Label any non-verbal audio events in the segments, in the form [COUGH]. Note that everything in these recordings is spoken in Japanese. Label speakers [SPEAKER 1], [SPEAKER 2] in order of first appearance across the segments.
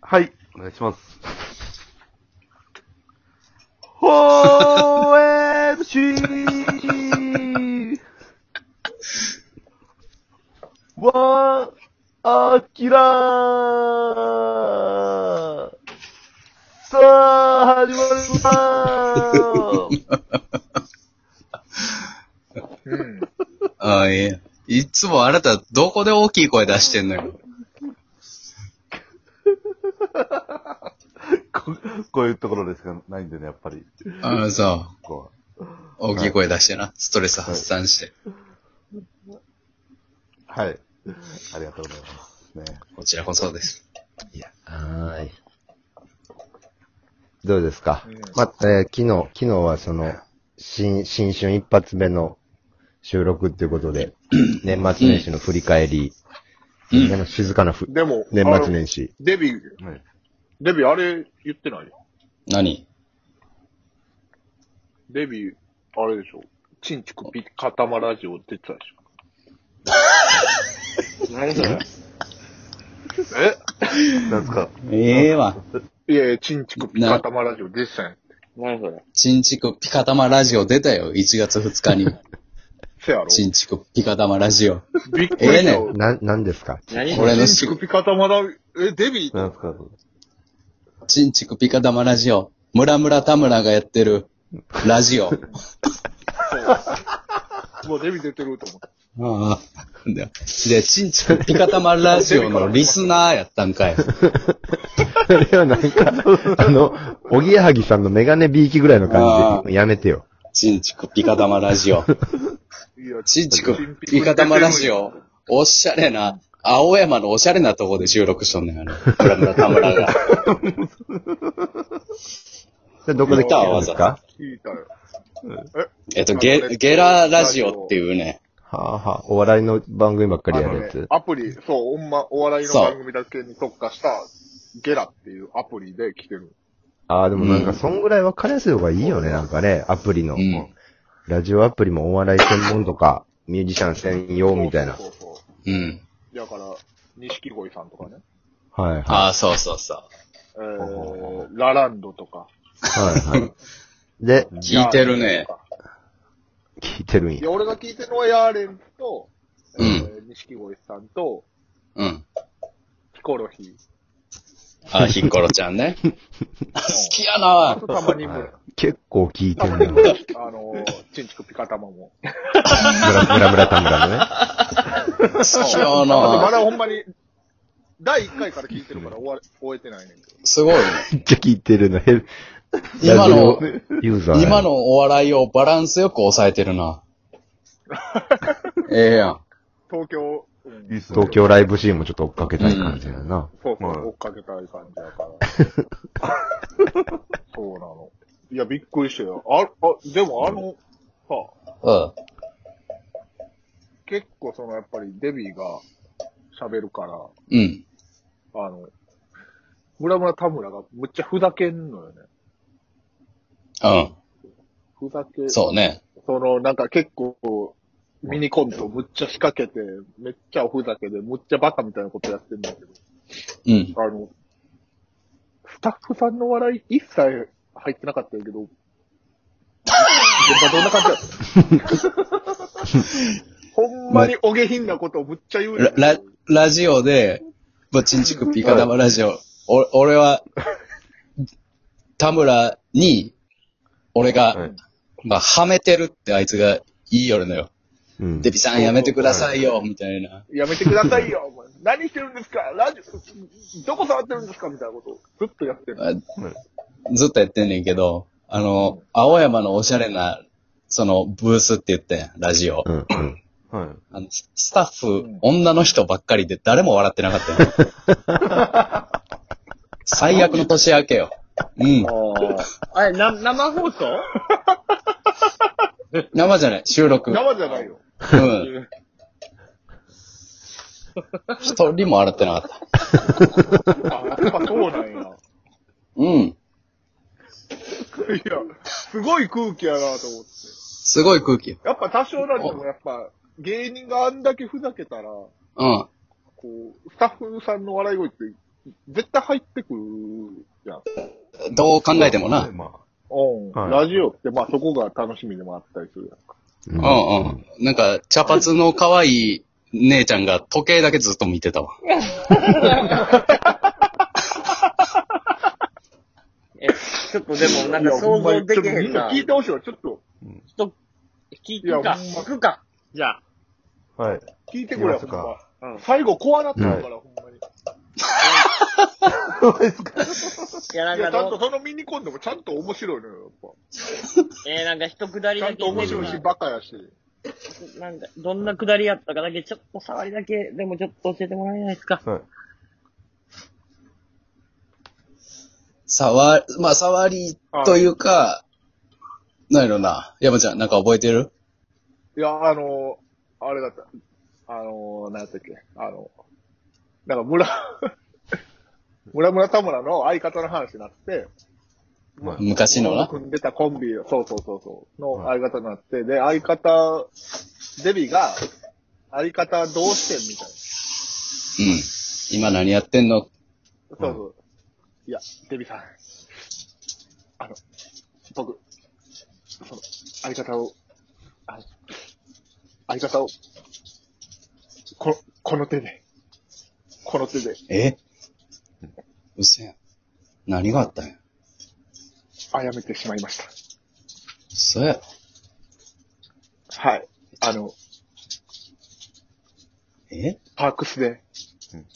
[SPEAKER 1] はい、お願いします。OMC! ワン、アキラーさあ、始まりま
[SPEAKER 2] うん。
[SPEAKER 3] ああ、ええ。いつもあなた、どこで大きい声出してんのよ。
[SPEAKER 1] す [LAUGHS] ここういうところでしかないんでね、やっぱり。
[SPEAKER 3] ああ、そ
[SPEAKER 1] こ
[SPEAKER 3] う。大きい声出してな。ストレス発散して。
[SPEAKER 1] うはい。ありがとうございます。ね。
[SPEAKER 3] こちらこそです。
[SPEAKER 4] はーい。どうですか、
[SPEAKER 2] うん
[SPEAKER 4] ま、えー昨日、昨日はその、新、新春一発目の収録っていうことで、年末年始の振り返り、
[SPEAKER 3] うん
[SPEAKER 4] みんなの静かなふ、
[SPEAKER 2] でも、
[SPEAKER 4] 年末
[SPEAKER 2] あの
[SPEAKER 4] 年始。
[SPEAKER 2] デビュー、
[SPEAKER 1] はい
[SPEAKER 2] デビューあれ言ってない
[SPEAKER 3] 何
[SPEAKER 2] デビュー、あれでしょ。チンチクピカタマラジオ出てたでしょ。何それ
[SPEAKER 1] なんですか
[SPEAKER 3] ええわ。
[SPEAKER 2] えいやいや、チンチクピカタマラジオ出てたんやん。
[SPEAKER 5] 何それ
[SPEAKER 3] チンチクピカタマラジオ出たよ。1月2日 [LAUGHS] に。
[SPEAKER 2] せやろ。
[SPEAKER 3] チンチクピカタマラジオ。
[SPEAKER 2] びっくりした。
[SPEAKER 3] ええね
[SPEAKER 4] な、なんですか
[SPEAKER 5] 何それ
[SPEAKER 3] 俺の
[SPEAKER 2] チ
[SPEAKER 3] 仕
[SPEAKER 2] ンチク
[SPEAKER 3] 事、
[SPEAKER 2] ピカタマラ、え、デビュー
[SPEAKER 1] なんですか
[SPEAKER 3] チンチクピカタマラジオ。ムラムラタムラがやってる、ラジ [LAUGHS] オ。
[SPEAKER 2] もうデビュー出てると思った。
[SPEAKER 3] ああ。で、でチンチクピカタマラジオのリスナーやったんか [LAUGHS] い。
[SPEAKER 4] それはなんか、あの、おぎやはぎさんのメガネビーキぐらいの感じで、やめてよ。
[SPEAKER 3] チンチクピカタマラジオ。
[SPEAKER 2] いや、
[SPEAKER 3] ちんちく、ピカタマラジオ、おしゃれな、青山のおしゃれなとこで収録しとんねん、あれ。プラムラタムラ [LAUGHS] が。
[SPEAKER 4] でどこで聞いたんです
[SPEAKER 3] 見たわ
[SPEAKER 4] か
[SPEAKER 2] 聞いたよ。
[SPEAKER 3] えっと、ゲ、ゲララジオっていうね。
[SPEAKER 4] はあはあ、お笑いの番組ばっかり
[SPEAKER 2] あ
[SPEAKER 4] や
[SPEAKER 2] の
[SPEAKER 4] るや
[SPEAKER 2] ね
[SPEAKER 4] つ。、
[SPEAKER 2] アプリ、そう、ほんま、お笑いの番組だけに特化した、ゲラっていうアプリで来てる。
[SPEAKER 4] ああ、でもなんか、そんぐらい分かりやすい方がいいよね、なんかね、アプリの。
[SPEAKER 3] うん。
[SPEAKER 4] ラジオアプリもお笑い専門とか、ミュージシャン専用みたいな
[SPEAKER 2] そ。うそうそうそ
[SPEAKER 3] うん。
[SPEAKER 2] う。だから、錦鯉さんとかね。
[SPEAKER 4] はいはい。
[SPEAKER 3] ああ、そうそうそう。
[SPEAKER 2] えー、ラランドとか。
[SPEAKER 4] はいはい。で、
[SPEAKER 3] 聞いてるね
[SPEAKER 2] ヤーレンとか
[SPEAKER 4] 聞いてるん
[SPEAKER 2] い
[SPEAKER 4] や
[SPEAKER 2] や、。俺が聞いてるのはヤーレンと、えー、錦鯉さんと、
[SPEAKER 3] うん。
[SPEAKER 2] ヒコロヒー。
[SPEAKER 3] ああ、ヒッコロちゃん [LAUGHS] ね。好きやな
[SPEAKER 2] あとたまにむ、
[SPEAKER 4] 結構聞いて
[SPEAKER 2] た
[SPEAKER 4] る
[SPEAKER 2] ま
[SPEAKER 4] ん
[SPEAKER 2] に
[SPEAKER 4] だ。
[SPEAKER 2] む
[SPEAKER 4] ム、
[SPEAKER 2] あのー、チンチクピカタマも。
[SPEAKER 4] ラムラムラタムラのね。
[SPEAKER 3] 好きや
[SPEAKER 2] あとま
[SPEAKER 3] な
[SPEAKER 2] だほんまに、第1回から聞いてるから終われ終えてないねんけど。
[SPEAKER 3] すごいね。
[SPEAKER 4] めっちゃ聞いてるな。ヘル
[SPEAKER 3] 今
[SPEAKER 4] ラ
[SPEAKER 3] の、
[SPEAKER 4] ジオユーザー。
[SPEAKER 3] 今。のお笑いをバランスよく抑えてる [LAUGHS] な。ええやん。
[SPEAKER 2] 東京、うん
[SPEAKER 1] いいっすね
[SPEAKER 4] 東。京ライブシーンもちょっと追っかけたい感じだな。
[SPEAKER 2] そうそ、
[SPEAKER 1] はいう
[SPEAKER 2] 追っかけたい感じだから。
[SPEAKER 3] [LAUGHS]
[SPEAKER 2] そうなの。いや、びっくりしたよ。あ、あ、でもあの、さ、
[SPEAKER 3] うん。
[SPEAKER 2] 結構その、やっぱりデビーが喋るから、
[SPEAKER 3] うん。
[SPEAKER 2] あの、村村田村がむっちゃふざけんのよね。
[SPEAKER 3] うん。
[SPEAKER 2] ふざけ、
[SPEAKER 3] そうね。
[SPEAKER 2] その、なんか結構、ミニコントむっちゃ仕掛けて、めっちゃおふざけで、むっちゃバカみたいなことやってんだけど、
[SPEAKER 3] うん。
[SPEAKER 2] あの、スタッフさんの笑い一切入ってなかったんやけど、現場どんな感じだった
[SPEAKER 3] [LAUGHS]
[SPEAKER 2] ほんまにお下品なことをむっちゃ言うや
[SPEAKER 3] ラ、
[SPEAKER 2] ん。
[SPEAKER 3] ララジオで、ぼちんちくピカダマラジオ、お、俺は、田村に、俺
[SPEAKER 1] は
[SPEAKER 3] が
[SPEAKER 1] い、
[SPEAKER 3] まあ、はめてるってあいつが言いよるのよ。
[SPEAKER 4] うん。
[SPEAKER 3] デビさんやめてくださいよ、みたいな。
[SPEAKER 2] やめてくださいよ、お前何してるんですかラジオ、どこ触ってるんですかみたいなことをずっとやってる。
[SPEAKER 3] あずっとやってんねんけど、あの、青山のおしゃれな、その、ブースって言ってん、ラジオ。
[SPEAKER 4] うんうん。
[SPEAKER 1] はい。
[SPEAKER 3] あのススタッ
[SPEAKER 2] う
[SPEAKER 3] フ
[SPEAKER 2] ん、
[SPEAKER 3] 女の人ばっかりで誰も笑ってなかったよ。最悪の年明けよ。うん。
[SPEAKER 5] あれ、な、生放送
[SPEAKER 3] 生じゃない、収録。
[SPEAKER 2] 生じゃないよ。
[SPEAKER 3] うん。一人も洗ってなかった。
[SPEAKER 2] あ、やっぱそうなんや。
[SPEAKER 3] うん。
[SPEAKER 2] いや、すごい空気やなと思って。
[SPEAKER 3] すごい空気よ。
[SPEAKER 2] やっぱ多少なりともやっぱ、芸人があんだけふざけたら、こ
[SPEAKER 3] うん。
[SPEAKER 2] う、スタッフさんの笑い声って絶対入ってくるやん。
[SPEAKER 3] どう考えてもな。
[SPEAKER 4] ま
[SPEAKER 2] うん、
[SPEAKER 4] はい
[SPEAKER 2] ラジオって、まあそこが楽しみでもあったりするやんか。
[SPEAKER 3] うん
[SPEAKER 4] あ。
[SPEAKER 3] うん。なんか、茶髪の可愛い姉ちゃんが時計だけずっと見てたわ。
[SPEAKER 5] え、ちょっとでもなんか想像できへ
[SPEAKER 2] い
[SPEAKER 5] ん
[SPEAKER 2] やほま
[SPEAKER 5] な。
[SPEAKER 2] にちょっとみんな聞い
[SPEAKER 5] 聞
[SPEAKER 2] てほしいわ。ちょっと、
[SPEAKER 5] 聞
[SPEAKER 2] いや
[SPEAKER 5] くか。
[SPEAKER 2] ほんま
[SPEAKER 5] 聞くか。じゃあ。
[SPEAKER 4] はい。
[SPEAKER 2] 聞いてくれよ、ほ
[SPEAKER 4] 聞きま
[SPEAKER 2] ん
[SPEAKER 4] す
[SPEAKER 2] ま
[SPEAKER 4] か。
[SPEAKER 5] うん。
[SPEAKER 2] 最後、怖なってるから、ほんまに。
[SPEAKER 5] いや、ないん
[SPEAKER 2] や、
[SPEAKER 5] か
[SPEAKER 2] ちゃん
[SPEAKER 5] ど
[SPEAKER 2] と
[SPEAKER 5] う、
[SPEAKER 2] そのミニコンでもちゃんと面白いのよ、やっぱ。
[SPEAKER 5] えー、なんか一くだり
[SPEAKER 2] ちゃ
[SPEAKER 5] だ
[SPEAKER 2] ん
[SPEAKER 5] け
[SPEAKER 2] と面白いし、バカやし。
[SPEAKER 5] なんか、どんなくだりやったかだけ、ちょっと触りだけ、でもちょっと教えてもらえないですか。
[SPEAKER 4] はい。
[SPEAKER 3] 触、まあ、触りというか、なんやろな。山ちゃん、なんか覚えてる
[SPEAKER 2] いや、あのあれだった。あのなんやったっけ。あのなんか村、 [LAUGHS] 村村田村の相方の話になって、
[SPEAKER 4] まあ、
[SPEAKER 3] 昔のな。
[SPEAKER 2] 組んでたコンビ、そうそうそうそう、の相方になって、で、相方、デビが、相方どうしてんみたい
[SPEAKER 3] うん。今何やってんの
[SPEAKER 2] な。そうそう。いや、デビさん。あの、僕、その、相方を、あの相方を、こ、この手で、この手で、
[SPEAKER 3] えうせやん。何があったんや。
[SPEAKER 2] あやめてしまいました。
[SPEAKER 3] そやろ。
[SPEAKER 2] はい。あの、
[SPEAKER 3] え
[SPEAKER 2] パークスで
[SPEAKER 4] うん、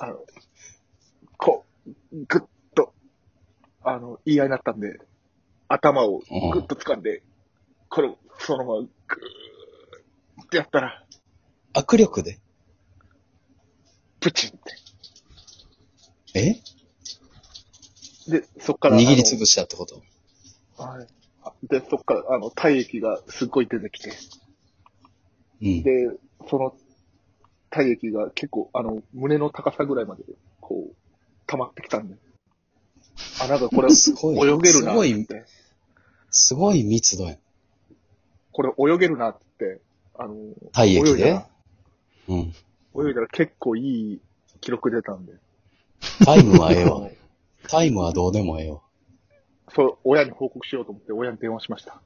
[SPEAKER 2] あの、こう、ぐっと、あの、言い合いになったんで、頭をぐっと掴んで、これをそのままぐーってやったら、
[SPEAKER 3] 握力で
[SPEAKER 2] プチンっ
[SPEAKER 3] え
[SPEAKER 2] て。で、そっから、
[SPEAKER 3] 握りつ
[SPEAKER 2] ぶ
[SPEAKER 3] ぶしたってこと
[SPEAKER 2] はい。で、そっから、あの、体液がすっごい出てきて、
[SPEAKER 3] うん。
[SPEAKER 2] で、その体液が結構、あの、胸の高さぐらいまで、こう、溜まってきたんで。あ、なんかこれ、
[SPEAKER 3] すごい
[SPEAKER 2] 泳げるな
[SPEAKER 3] す
[SPEAKER 2] っ
[SPEAKER 3] ご
[SPEAKER 2] て
[SPEAKER 3] いすごい密度やん。
[SPEAKER 2] これ泳げるなって言って、あの、
[SPEAKER 3] 体液
[SPEAKER 2] 泳いだ
[SPEAKER 3] で
[SPEAKER 2] ら
[SPEAKER 3] うん。
[SPEAKER 2] 泳いだら結構いい記録出たんで。
[SPEAKER 3] タイムはええ [LAUGHS] わ。タイムはどうでもええわ。
[SPEAKER 2] そう、親に報告しようと思って親に電話しました。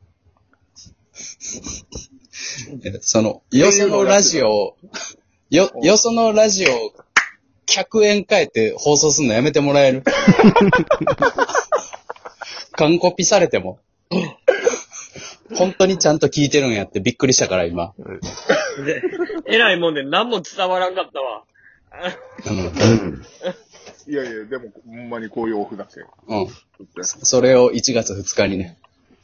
[SPEAKER 3] えその、よそのラジオを、よ、よそのラジオを、客円変えて放送すんのやめてもらえ [LAUGHS] る完コピされても。本当にちゃんと聞いてるんやってびっくりしたから今。
[SPEAKER 5] で、 [LAUGHS] えらいもんで何も伝わらんかったわ。
[SPEAKER 3] うん
[SPEAKER 2] いやいや、でも、ほんまにこういうオフだけ。
[SPEAKER 3] うん。それを1月2日にね、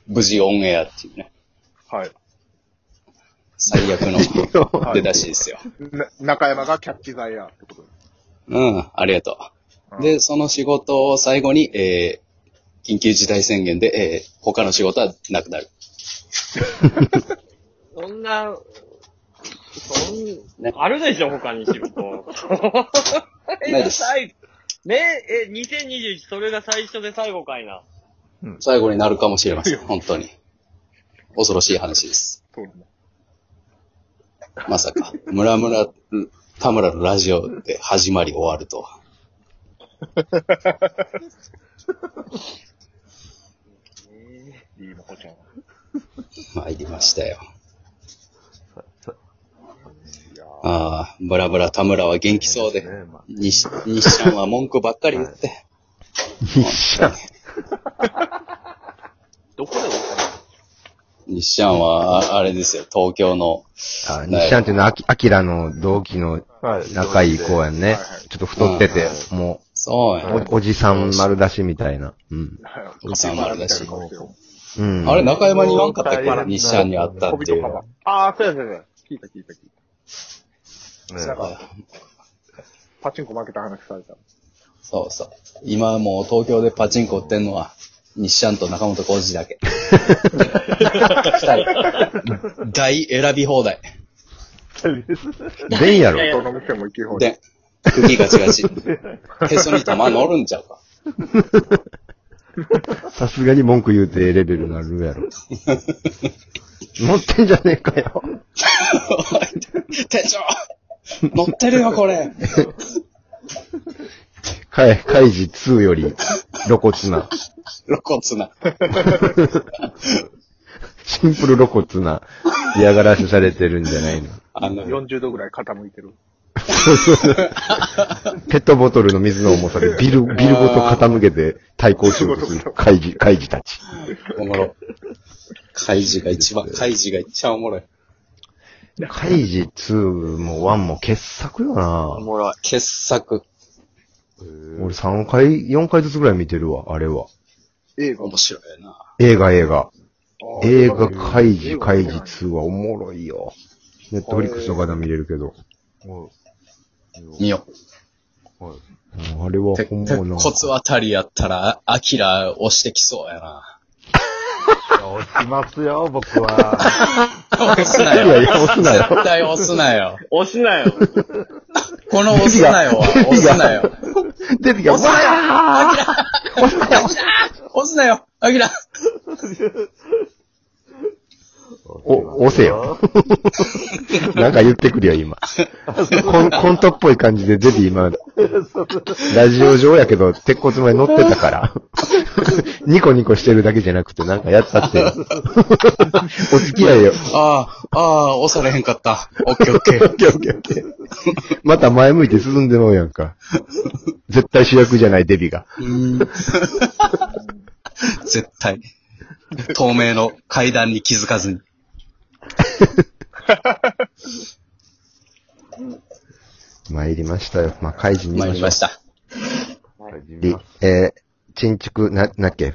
[SPEAKER 3] 無事オンエアっていうね、
[SPEAKER 2] はい。
[SPEAKER 3] 最悪 [LAUGHS] の出だしですよ。
[SPEAKER 2] な中山がキャッチ剤や、ってことで
[SPEAKER 3] [LAUGHS] うん、ありがとう。で、その仕事を最後に、えー、緊急事態宣言で、えー、他の仕事はなくなる。
[SPEAKER 5] そんな、そん、あるでしょ、他に仕 [LAUGHS] 事。
[SPEAKER 3] ないです
[SPEAKER 5] 最ねえ、2021、それが最初で最後かいな。
[SPEAKER 3] 最後になるかもしれません、本当に。恐ろしい話です。
[SPEAKER 2] そうね。
[SPEAKER 3] まさか、村村、田村のラジオで始まり終わるとは。
[SPEAKER 2] いいのこちゃん。
[SPEAKER 3] 参りましたよ。
[SPEAKER 2] いや
[SPEAKER 3] ああ、ブラブラ田村は元気そうで
[SPEAKER 4] そうですねまあ、
[SPEAKER 3] 西、西ちゃんは文句ばっかり言って。
[SPEAKER 4] 西ちゃん。
[SPEAKER 5] どこで
[SPEAKER 3] 西ちゃんは、ああれですよ、東京の、
[SPEAKER 4] あ、西ちゃんっていうのは、アキアキラの同期の
[SPEAKER 6] はい。
[SPEAKER 4] 仲いい子やんね
[SPEAKER 2] はいはい。
[SPEAKER 4] ちょっと太ってて
[SPEAKER 3] は、
[SPEAKER 4] も
[SPEAKER 3] そうや、
[SPEAKER 4] う、おおじさん丸出しみたいな。うん。
[SPEAKER 3] おじさんもあるらしい
[SPEAKER 4] うん。
[SPEAKER 3] あれ、中山に言わんかったっけ
[SPEAKER 6] うん
[SPEAKER 3] 西ちゃんに会ったっ
[SPEAKER 2] 小
[SPEAKER 3] てい
[SPEAKER 2] 人
[SPEAKER 3] う
[SPEAKER 2] か
[SPEAKER 3] の
[SPEAKER 2] ば。ああ、そうやそうやそうや。聞いた聞いた聞いた。
[SPEAKER 6] ね
[SPEAKER 2] パチンコ負けた話された。
[SPEAKER 3] そうそう。今もう東京でパチンコ売ってんのは、西ちゃんと中本浩二だけ。二人。大選び放題。
[SPEAKER 4] 全員やろ
[SPEAKER 5] い。やいや
[SPEAKER 2] どの店も行き放題。
[SPEAKER 3] で、茎ガチガチ。へそに玉乗るんちゃうか。 [LAUGHS]
[SPEAKER 4] さすがに文句言うてええレベルになるや
[SPEAKER 2] [LAUGHS]
[SPEAKER 4] ろ。持ってんじゃねえかよ。
[SPEAKER 3] 店長乗ってるよ、これ。
[SPEAKER 4] カイ、カイジ2より露骨
[SPEAKER 2] [LAUGHS]
[SPEAKER 4] な、
[SPEAKER 3] 露骨な。
[SPEAKER 4] シンプル露骨な嫌がらせされてるんじゃないの。
[SPEAKER 3] あの、
[SPEAKER 2] 40度ぐらい傾いてる。
[SPEAKER 4] ペットボトルの水の重さでビル、ビルごと傾けて対抗しようとするカイジ、カイジたち。
[SPEAKER 3] おもろ。カイジが一番、カイジが一番おもろい。
[SPEAKER 4] カイジ2も1も傑作よな
[SPEAKER 1] おもろい。
[SPEAKER 3] 傑作。
[SPEAKER 4] 俺3回、4回ずつぐらい見てるわ、あれは。
[SPEAKER 2] 映画。
[SPEAKER 3] 面白いな。
[SPEAKER 4] 映画、映画。映画、
[SPEAKER 2] カ
[SPEAKER 4] カイ
[SPEAKER 2] イジ
[SPEAKER 4] ジ、
[SPEAKER 2] カ
[SPEAKER 4] カ
[SPEAKER 2] イ
[SPEAKER 4] イ
[SPEAKER 2] ジ
[SPEAKER 4] ジ2はおもろいよ。ネットフリックスとかでも見れるけど。
[SPEAKER 1] お
[SPEAKER 3] 見よう。
[SPEAKER 4] うんあれは
[SPEAKER 3] て、
[SPEAKER 4] ほん
[SPEAKER 3] 鉄
[SPEAKER 4] まな。
[SPEAKER 3] 骨あたりやったら、アキラ押してきそうやな。
[SPEAKER 1] 押しますよ、僕は。
[SPEAKER 3] 押すない
[SPEAKER 4] やい
[SPEAKER 3] よ。
[SPEAKER 4] や、押すな [LAUGHS] よ。
[SPEAKER 3] 絶対押すなよ。
[SPEAKER 5] 押しなよ。
[SPEAKER 3] この押すなよは、押すなよ。
[SPEAKER 4] デビが、わー
[SPEAKER 3] 押すなよアキラ
[SPEAKER 4] お、押せ
[SPEAKER 3] [LAUGHS]
[SPEAKER 4] よ。なんか言ってくるよ、今。コンコントっぽい感じでデビ今、ラジオ上やけど、鉄骨前乗ってた
[SPEAKER 3] [LAUGHS]
[SPEAKER 4] から。ニコニコしてるだけじゃなくて、なんかやったって。お付き合いよ。
[SPEAKER 3] ああ、ああ、押されへんかった。オッケーオッケー。
[SPEAKER 4] また前向いて進んでもうやんか。絶対主役じゃない、デビが。
[SPEAKER 3] 絶対。透明の階段に気づかずに。
[SPEAKER 4] 参りましたよ。まあ、開示見
[SPEAKER 3] 参
[SPEAKER 4] ま
[SPEAKER 3] り
[SPEAKER 4] しょ
[SPEAKER 3] ま
[SPEAKER 4] う
[SPEAKER 3] した。
[SPEAKER 4] り。えー、ちんちく、な、なっけ、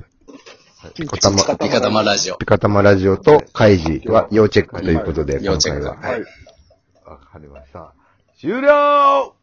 [SPEAKER 4] こたま、
[SPEAKER 3] 味方まラジオ
[SPEAKER 4] ピ。カタマラジオと開示は要チェックということで、
[SPEAKER 3] 要
[SPEAKER 4] 今
[SPEAKER 3] チェッ
[SPEAKER 4] 回
[SPEAKER 3] ク
[SPEAKER 4] は。
[SPEAKER 3] だ。
[SPEAKER 1] わかりました。終了